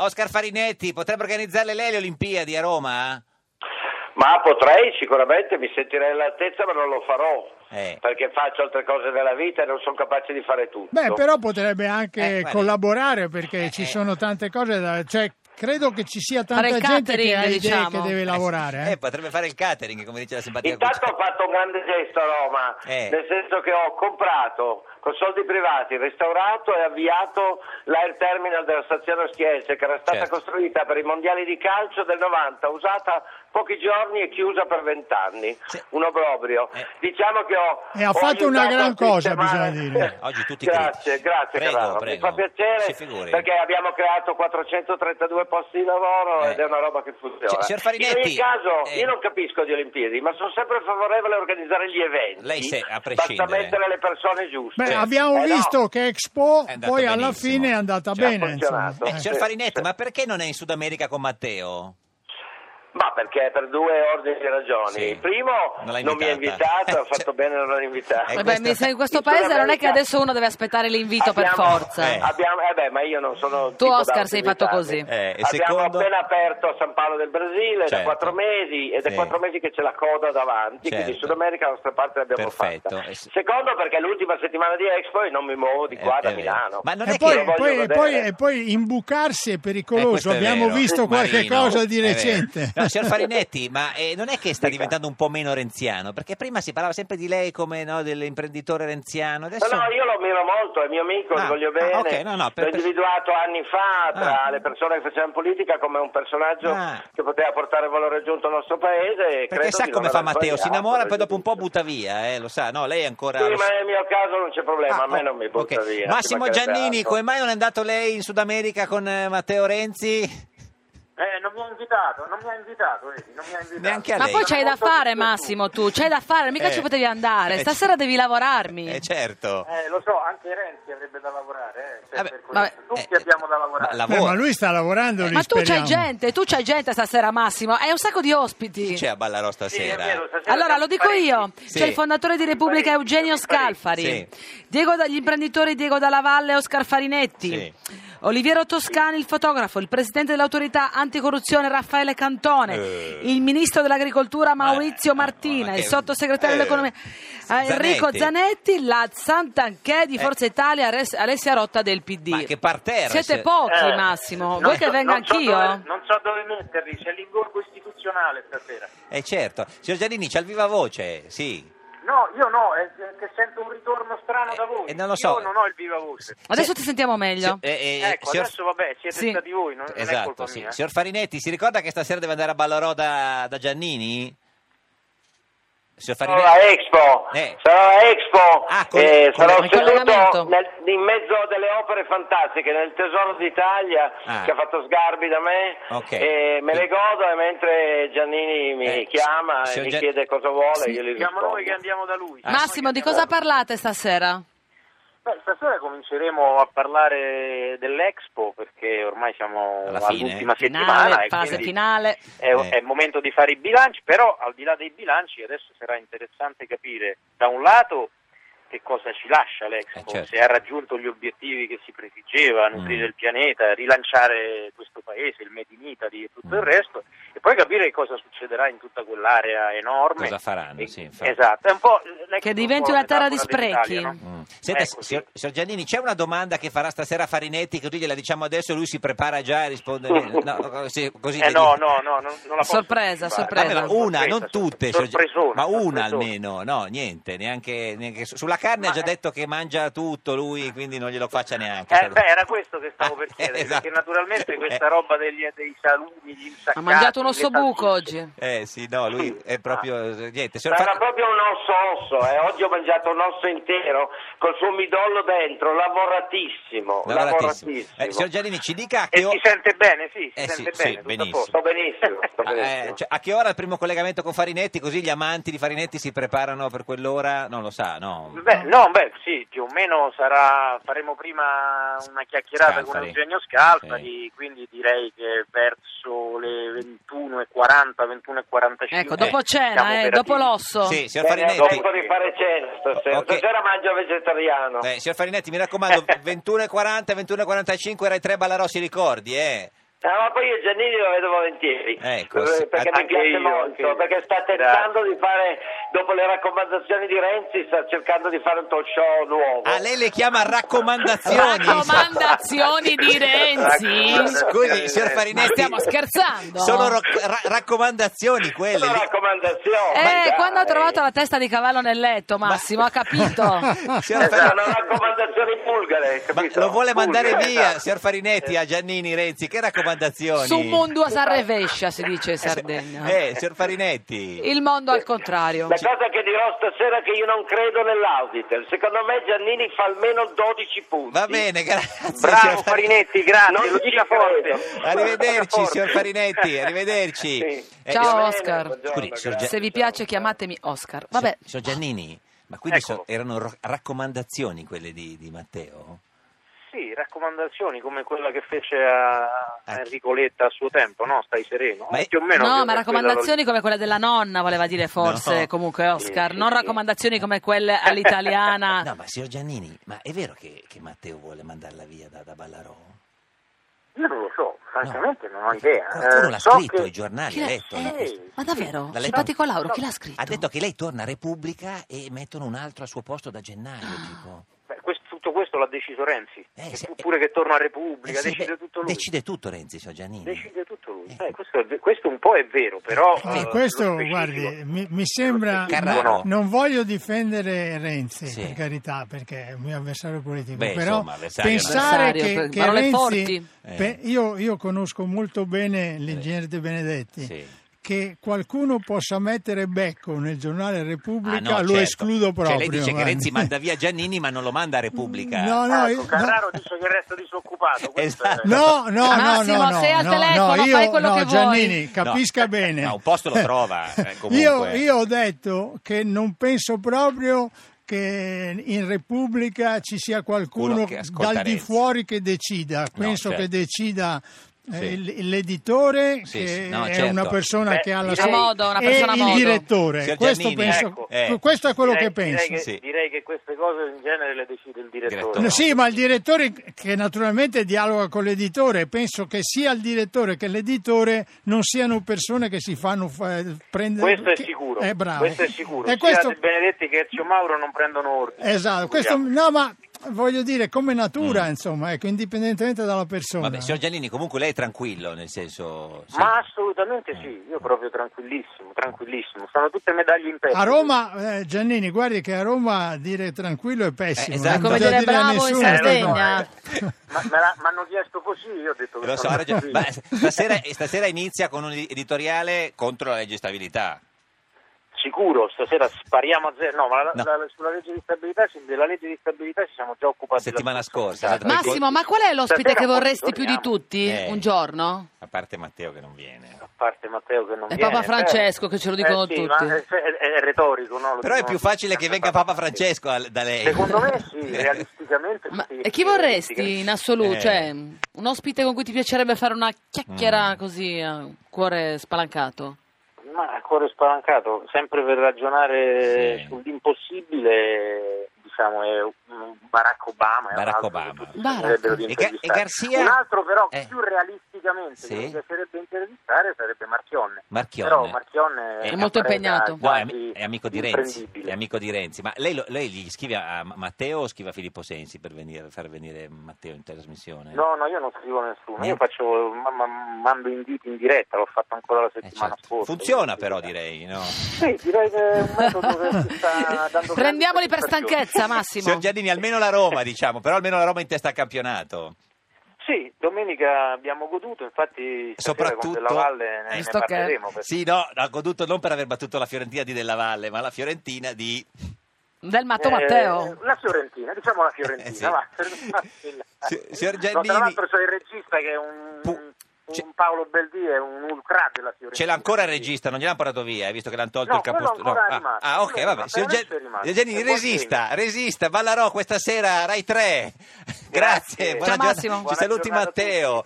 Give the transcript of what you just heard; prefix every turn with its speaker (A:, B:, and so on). A: Oscar Farinetti, potrebbe organizzarle lei le Olimpiadi a Roma? Eh,
B: Ma potrei sicuramente, mi sentirei all'altezza, ma non lo farò.
A: Eh.
B: Perché faccio altre cose nella vita e non sono capace di fare tutto.
C: Beh, però potrebbe anche
A: Eh, guardi.
C: collaborare perché ci
A: eh.
C: sono tante cose da... Cioè, credo che ci sia
D: Fare
C: tanta
D: il
C: gente che
D: catering,
C: ha idee
D: diciamo.
C: che deve lavorare. eh.
A: Eh, potrebbe fare il catering, come dice la simpatia
B: Intanto ho
A: Cucciari.
B: fatto un grande gesto a Roma,
A: Eh.
B: nel senso che ho comprato con soldi privati, restaurato e avviato l'air terminal della stazione Schienze che era stata
A: Certo.
B: costruita per i mondiali di calcio del 90, usata pochi giorni e chiusa per vent'anni,
A: Sì.
B: un obbrobrio.
A: Eh.
B: Diciamo che ho...
C: E Eh, ha
B: ho
C: fatto una
B: aiutato
C: gran
B: a
C: cosa, bisogna
B: sistemare-
C: dire.
A: Eh, Oggi tutti critici.
B: grazie, grazie
A: Prego,
B: Carraro, mi
A: prego.
B: fa
A: Si
B: piacere
A: figuri.
B: perché abbiamo creato 432 posti di lavoro
A: Eh.
B: ed è una roba che funziona.
A: Signor- signor
B: In
A: Farinetti,
B: ogni caso,
A: eh.
B: io non capisco di Olimpiadi, ma sono sempre favorevole a organizzare gli eventi.
A: Lei se- a
B: Basta
A: prescindere.
B: mettere le persone giuste.
C: Beh, abbiamo
B: Eh, no.
C: visto che Expo
A: certo. È
C: poi
A: andato
C: alla
A: benissimo.
C: fine è andata
B: Cioè, ha
C: bene. insomma.
B: funzionato.
A: Eh,
C: Eh.
A: signor
B: Sì,
A: Farinetti,
B: sì.
A: ma perché non è in Sud America con Matteo?
B: Ma perché per due ordini di ragioni.
A: Sì.
B: Il primo,
A: Non l'ha
B: non, mi ha
A: invitata.
B: invitato, ha
A: Cioè-
B: fatto bene a non invitarmi.
A: Eh,
D: Vabbè,
A: questo-
D: mi sa- in questo
B: In
D: paese non è
B: Sudamerica-
D: che adesso uno deve aspettare l'invito per
B: Abbiamo-
D: forza.
A: Eh.
B: abbiamo- eh beh, ma io non sono.
D: Tu,
B: tipo da
D: Oscar, sei fatto
B: ottimizzarmi.
D: così.
A: Eh, e
B: abbiamo
A: secondo?
B: appena aperto a San Paolo del Brasile da
A: Certo.
B: quattro mesi ed
A: Sì.
B: è quattro mesi che c'è la coda davanti. Quindi in
A: Certo.
B: Sud America la nostra parte l'abbiamo
A: Perfetto.
B: fatta.
A: Eh, sì.
B: Secondo, perché è l'ultima settimana di Expo e non mi muovo di qua
A: Eh,
B: da
A: è vero.
B: Milano.
A: Ma non è
C: E
A: che-
C: poi,
B: Lo voglio
C: poi- e
B: vedere.
C: poi- e poi imbucarsi è
A: Eh,
C: pericoloso,
A: questo è
C: abbiamo
A: vero.
C: visto qualche
A: Marino,
C: cosa di
A: è vero.
C: recente.
A: No, signor Farinetti, ma eh, non è che sta
B: Dica.
A: diventando un po' meno renziano? Perché prima si parlava sempre di lei come no, dell'imprenditore renziano,
B: No,
A: adesso...
B: no, io lo ammiro molto, è mio amico,
A: Ah,
B: lo voglio
A: ah,
B: bene.
A: ok, no, no, per-
B: L'ho individuato anni fa tra
A: Ah.
B: le persone che facevano politica come un personaggio
A: Ah.
B: che poteva portare valore aggiunto al nostro paese. e
A: Perché
B: credo
A: sa
B: di
A: come
B: non
A: fa
B: aver
A: Matteo, si
B: sbagliato,
A: innamora poi dopo un po'
B: giudizio.
A: butta via, eh, lo sa, no? Lei è ancora...
B: Sì,
A: lo
B: ma
A: sa-
B: nel mio caso non c'è problema,
A: Ah,
B: a me
A: oh,
B: non mi butta
A: ok.
B: via. ci
A: Massimo
B: mancherebbe
A: Giannini,
B: altro.
A: come mai non è andato lei in Sud America con eh, Matteo Renzi?
E: Eh, non mi ha invitato, non mi ha invitato, vedi, non mi ha invitato.
A: Neanche a
D: Ma
A: lei.
D: poi c'hai da
E: Molto
D: fare,
E: dispiaciuto.
D: Massimo, tu, c'hai da fare, mica
A: Eh.
D: ci potevi andare.
A: Eh,
D: Stasera devi lavorarmi.
A: Eh, certo.
E: Eh, lo so, anche Renzi avrebbe da lavorare, eh. cioè,
A: Vabbè,
E: per questo.
D: vabbè,
E: Tutti
A: eh,
E: abbiamo da lavorare.
A: Ma
C: Beh, ma
A: lavora.
C: lui sta lavorando lì,
D: Eh, Ma tu c'hai
C: speriamo.
D: gente, tu c'hai gente stasera, Massimo. Hai un sacco di ospiti.
A: Chi c'è a Ballarò
B: Sì, è
A: stasera?
B: vero, stasera
D: Allora
B: siamo
D: lo dico io,
B: parecchi.
A: Sì.
D: c'è il fondatore di Repubblica
B: Parecchi,
D: Eugenio
B: parecchi.
D: Scalfari, Diego da- gli imprenditori Diego Dalla Valle e Oscar Farinetti,
A: Sì.
D: Oliviero Toscani il fotografo, il presidente dell'autorità anticorruzione Raffaele Cantone,
A: Eh.
D: il ministro dell'agricoltura Maurizio
A: Eh, ma
D: Martina,
A: che-
D: il sottosegretario
A: eh.
D: dell'economia eh, Enrico Zanetti, la Santanchè di
A: Eh.
D: Forza Italia Res- Alessia Rotta del PD.
A: Ma che parterre, se-
D: Siete pochi
E: Eh,
D: Massimo,
E: non
D: vuoi
E: so-
D: che venga
E: non so
D: anch'io?
E: dove- non so dove metterli, c'è l'ingorgo istituzionale stasera.
A: Eh certo. Signor Giannini, c'ha il viva voce, sì.
E: No, io no, è è che sento un ritorno strano da
A: Eh,
E: voi.
A: eh, non lo so.
E: Io non ho il viva voce.
D: Adesso
A: Se-
D: ti sentiamo meglio.
A: Se- eh, eh,
E: Ecco,
A: signor-
E: adesso vabbè, siete
D: Sì.
E: stati voi, non, non è
A: Esatto,
E: colpa
A: sì.
E: mia.
A: Signor Farinetti, si ricorda che stasera deve andare a Ballarò da, da Giannini? Signor
B: Sarò
A: Farinetti...
B: a Expo,
A: Eh.
B: sarò a Expo,
A: Ah, con-
B: eh,
A: con-
B: sarò
D: con il collegamento.
A: Certo.
B: seduto nel- in mezzo a delle opere fantastiche nel Tesoro d'Italia
A: Ah.
B: che ha fatto Sgarbi da me,
A: Ok.
B: eh, me le godo e mentre Giannini mi
A: Eh,
B: chiama e
A: signor
B: mi
A: Gian-
B: chiede cosa vuole io gli
E: Siamo
B: rispondo.
E: noi che andiamo da lui.
A: Ah,
D: Massimo, di cosa parlate stasera?
E: Beh, stasera cominceremo a parlare dell'Expo perché ormai siamo
A: Alla fine.
E: all'ultima settimana
D: Finale,
E: e
D: fase
E: quindi
D: finale.
E: È,
A: Eh.
E: è il momento di fare i bilanci, però al di là dei bilanci adesso sarà interessante capire da un lato che cosa ci lascia l'Expo,
A: Eh, certo.
E: se ha raggiunto gli obiettivi che si prefiggeva, nutrire
A: Mm.
E: il pianeta, rilanciare questo paese, il Made in Italy e tutto
A: Mm.
E: il resto, e poi capire cosa succederà in tutta quell'area enorme.
A: Cosa faranno,
E: E-
A: sì, infatti.
E: esatto, è un po' l'Expo
D: Che
E: è un
D: diventi
E: po'
D: una
E: la
D: terra di
E: metafora
D: sprechi.
E: dell'Italia, no?
A: Mm. Senta,
E: Ecco, sì.
A: signor, signor Giannini, c'è una domanda che farà stasera Farinetti, così gliela diciamo adesso e lui si prepara già e risponde. No, così, così
E: Eh
A: le
E: no,
A: dico.
E: no, no, non, non la posso
D: Sorpresa,
E: anticipare.
D: sorpresa.
A: Vabbè, ma una, non
E: Sorpresa,
A: tutte, signor Giannini,
E: sorpresona,
A: ma una
E: sorpresona.
A: almeno, no, niente, neanche, neanche- su- sulla carne ha
E: Ma
A: già
E: è-
A: detto che mangia tutto lui, quindi non glielo faccia neanche.
E: Eh, beh, era questo che stavo
A: Ah,
E: per chiedere,
A: esatto.
E: perché naturalmente questa
A: Eh.
E: roba degli, dei salumi, gli insaccati...
D: Ha mangiato un
E: le
D: osso buco
E: salsicce.
D: oggi.
A: Eh sì, no, lui è proprio eh, niente. signor
B: Era
A: Fa-
B: proprio un osso osso, eh. oggi ho mangiato un osso intero col suo midollo dentro, lavoratissimo,
A: lavoratissimo.
B: lavoratissimo.
A: Eh, signor Giannini, ci dica a
E: E
A: che o-
E: si sente bene, sì, si
A: Eh,
E: sente
A: sì, sì,
E: bene, tutto a
A: benissimo.
E: posto.
B: Sto benissimo, sto
A: Ah, eh,
B: benissimo.
A: cioè, a che ora il primo collegamento con Farinetti? Così gli amanti di Farinetti si preparano per quell'ora? Non lo sa, no?
E: Beh, no, beh, sì, più o meno sarà, faremo prima una chiacchierata con
A: Scalfari.
E: Eugenio Scalfari, quindi direi che verso le 21.40, 21.45...
D: Ecco, dopo
E: eh, siamo
D: cena, eh,
E: operativi.
D: dopo l'osso.
A: Sì, signor
B: Bene,
A: Farinetti.
B: Tengo Eh, di fare cena stasera.
A: Ok.
B: Stasera mangio vegetariano.
A: Eh, signor Farinetti, mi raccomando, 21.40, 21.45, Rai 3 Ballarò si ricordi, eh?
B: Ah, ma poi io Giannini lo vedo volentieri
A: Ecco,
B: eh,
A: sì.
B: perché mi
A: Anche
B: piace
E: io, anche
B: molto,
E: io.
B: perché sta
E: Grazie.
B: tentando di fare, dopo le raccomandazioni di Renzi, sta cercando di fare un talk show nuovo.
A: Ah, lei le chiama raccomandazioni.
D: Raccomandazioni di Renzi.
B: Eh,
A: Scusi, signor
D: Ma
A: Farinetti.
D: stiamo scherzando?
A: Sono ro- ra- raccomandazioni quelle.
B: Sono
A: lì.
B: raccomandazioni.
D: Eh,
B: dai.
D: quando ha trovato la testa di cavallo nel letto, Massimo, ha capito.
A: Signor
B: Eh,
A: Farinetti,
B: Sono raccomandazioni bulgare,
A: ma
B: capito?
A: lo vuole mandare
B: Bulgare,
A: via,
B: esatto.
A: signor Farinetti, a Giannini Renzi. Che raccomandazioni?
D: Su un mondo a Sanrevescia, si dice in Sardegna.
A: Eh, signor Farinetti.
D: Il mondo al contrario.
B: La cosa che dirò stasera è che io non credo nell'auditor. Secondo me Giannini fa almeno 12 punti.
A: Va bene, grazie.
E: Bravo
A: signor Farinetti.
E: Farinetti, grazie,
B: Non
E: lo
B: ci
E: dica
B: credo.
E: forte.
A: Arrivederci,
E: Forte.
A: signor Farinetti, arrivederci.
B: Sì.
A: Eh,
D: Ciao,
A: signor-
D: Oscar.
A: Scusi, signor Gia-
D: Se vi piace, chiamatemi Oscar. Vabbè,
A: Signor Giannini, ma quindi
B: Ecco.
E: Eccolo.
A: so- erano ro- raccomandazioni quelle di, di Matteo?
E: Sì, raccomandazioni come quella che fece a a Enrico Letta a suo tempo, no? Stai sereno.
A: Ecco. Ma-
E: Eh, più o meno
D: no,
E: che-
D: ma
E: quella-
D: raccomandazioni come quelle della nonna, voleva dire forse,
A: No.
D: comunque Oscar,
E: Sì, sì,
D: non
E: sì.
D: raccomandazioni come quelle all'italiana.
A: No, ma signor Giannini, ma è vero che, che Matteo vuole mandarla via da, da Ballarò?
E: Io non lo so, francamente
A: No.
E: non ho idea.
A: Qualcuno
E: Eh,
A: l'ha
E: so
A: scritto,
E: che-
A: i giornali
D: Chi l'ha-
A: ha letto.
D: eh,
A: no?
D: Ma davvero?
A: L'ha letto?
D: Simpatico Lauro, chi l'ha scritto?
A: Ha detto che lei torna a Repubblica e mettono un altro al suo posto da gennaio,
D: Ah.
A: tipo.
E: Beh, questo- tutto questo l'ha deciso Renzi.
A: Eh,
E: E
A: se-
E: pure che torna a
A: Eh
E: Repubblica,
A: sì,
E: decide
A: beh,
E: tutto lui.
A: Decide tutto Renzi, signor Giannini.
E: Decide tutto lui.
A: Eh.
E: Eh, questo, è ve- questo un po' è vero, però...
A: Eh,
E: eh, nello
C: questo,
E: specifico-
C: guardi, mi, mi sembra.
A: Carraro.
C: no, Non voglio difendere Renzi,
A: Sì.
C: per carità, perché è un mio avversario politico.
A: Beh,
C: però
A: insomma, avversario
C: pensare
D: non è.
C: che,
D: Avversario,
C: che
D: parole
C: Renzi.
D: forti.
A: Eh.
C: pe- io, io conosco molto bene l'ingegnere De Benedetti.
A: Sì.
C: Che qualcuno possa mettere becco nel giornale Repubblica
A: Ah, no,
C: lo
A: certo.
C: escludo proprio.
A: Cioè, lei dice che
C: guardi.
A: Renzi manda via Giannini, ma non lo manda a Repubblica.
C: No, no,
E: Ecco,
C: io-
E: Carraro dice che resta disoccupato. questo è-
A: Esatto.
C: No, no, no,
D: Massimo,
C: no, no,
D: sei al
C: no,
D: telefono,
C: no,
D: fai
C: io,
D: quello
C: no,
D: che vuoi.
C: Giannini, capisca
A: No. Eh,
C: bene.
A: No, un posto lo trova, eh, comunque.
C: Io, io ho detto che non penso proprio che in Repubblica ci sia
A: Qualcuno
C: qualcuno
A: che ascolta
C: dal di
A: Renzi.
C: fuori che decida. Penso
A: certo.
C: che decida eh,
A: Sì.
C: il- l'editore
A: Sì,
C: che
A: sì, no,
C: è
A: certo.
C: una persona
E: Beh,
C: che ha la
E: direi-
C: sua
E: A
D: modo, una
C: e
D: persona a
C: il
D: modo.
C: direttore.
A: Signor
C: Questo,
A: Giannini,
C: penso-
A: ecco, eh.
C: questo è quello
E: Direi-
C: che penso.
E: Direi che,
A: Sì.
E: direi che queste cose in genere le decide il direttore.
A: Direttore.
C: No, Sì, ma il direttore che naturalmente dialoga con l'editore, penso che sia il direttore che l'editore non siano persone che si fanno fa- prendere.
E: Questo è
C: che-
E: sicuro.
C: Eh, bravo.
E: Questo è sicuro.
C: E
E: Sia
C: questo-
E: De Benedetti che Ezio Mauro non prendono ordine.
C: esatto, questo- no, ma voglio dire, come natura, insomma, ecco, indipendentemente dalla persona.
A: Mm. Vabbè, signor Giannini, comunque lei è tranquillo, nel senso... sì.
E: Ma assolutamente sì, io proprio tranquillissimo, tranquillissimo. Sono tutte medaglie in petto.
C: a Roma, eh, Giannini, guardi che a Roma dire tranquillo è pessimo.
A: Eh, esatto.
C: non
A: È come
C: bisogna
D: dire
C: a
D: bravo in
C: nessuno,
E: Eh, lo so,
C: perdona.
D: Sardegna.
E: eh. Ma me la- m'hanno chiesto così, io ho detto che
A: Lo so,
E: sono
A: ha ragione.
E: così.
A: Ma stasera, stasera inizia con un editoriale contro la legge stabilità.
E: Sicuro, stasera spariamo a zero. No, ma la-
A: No.
E: la- sulla legge di stabilità, sì, della legge di stabilità ci siamo già occupati
A: La settimana scorsa, esatto.
D: Massimo, ma qual è l'ospite
E: Stasera
D: che
E: poi
D: vorresti più di
E: torniamo.
D: tutti
A: Eh.
D: un giorno?
A: A parte Matteo che non viene.
E: A parte Matteo che non
D: È
E: viene,
D: Papa Francesco
E: eh.
D: che ce lo
E: Eh,
D: dicono
E: sì,
D: tutti.
E: ma è, è- è retorico, no? Lo
A: Però è
E: dicono
A: più facile che
E: sempre
A: venga Papa Francesco al- da lei.
E: Secondo me sì, realisticamente
D: Ma-
E: sì.
D: e chi vorresti in assoluto?
A: Eh.
D: Cioè, un ospite con cui ti piacerebbe fare una
E: Mm.
D: chiacchiera così, a cuore spalancato?
E: Ma a cuore spalancato, sempre per ragionare
A: Sì.
E: sull'impossibile, diciamo, è un- Barack Obama. è un
A: Barack
E: altro
A: Obama.
E: che tutti si
D: Barack.
E: vorrebbero
A: E, Ga-
E: intervistare.
A: e Garcia...
E: Un altro però
A: Eh,
E: più realisticamente
A: Sì.
E: che mi piacerebbe intervistare sarebbe Marchionne.
A: Marchionne.
E: Però Marchionne
A: È
E: una
D: molto
E: presa
D: impegnato.
A: No, è,
E: quasi
A: ami- è amico di Renzi,
E: imprendibile.
A: è amico di Renzi. Ma lei, lo- lei gli scrive a Ma- Matteo o scrive a Filippo Sensi per venire- far venire Matteo in trasmissione?
E: No, no, io non scrivo a nessuno, io
A: Niente.
E: faccio, ma- ma- mando inviti in diretta, l'ho fatto ancora la
A: Eh,
E: settimana
A: certo.
E: scorsa.
A: Funziona però direi, no?
E: Sì, direi che è un metodo che ci sta dando
D: Prendiamoli
E: grandi
D: per
E: soddisfazioni.
D: stanchezza, Massimo.
A: Signor Giannini, almeno la Roma diciamo, però almeno la Roma in testa al campionato.
E: Sì, domenica abbiamo goduto, infatti stasera con
A: Soprattutto-
E: Della Valle ne, ne
D: Visto che-
E: parleremo. perché-
A: Sì, no, ha goduto non per aver battuto la Fiorentina di Della Valle, ma la Fiorentina di...
D: Del matto
E: Eh,
D: Matteo.
E: La Fiorentina, diciamo la Fiorentina.
A: Eh, sì.
E: va.
A: Si- signor
E: No,
A: Giannini-
E: tra l'altro c'è il regista che è un,
A: Pu- c'è-
E: un Paolo Beldì, è un ultra della Fiorentina.
A: Ce l'ha ancora il
E: Quindi-
A: regista, non gliel'hanno portato via, hai visto che l'hanno tolto
E: No,
A: il capostro.
E: quello ancora è
A: ah,
E: rimasto,
A: ah, ok,
E: quello è
A: vabbè.
E: rimasto,
A: Signor
E: adesso è
A: Gian-
E: rimasto.
A: signor Giannini,
E: È buon
A: resista, resista, Ballarò questa sera, Rai 3. Grazie,
E: Grazie.
A: buona
D: Ciao,
A: giornata.
D: Massimo.
A: Ci
E: Buona
A: saluti
E: giornata a tutti.
A: Matteo.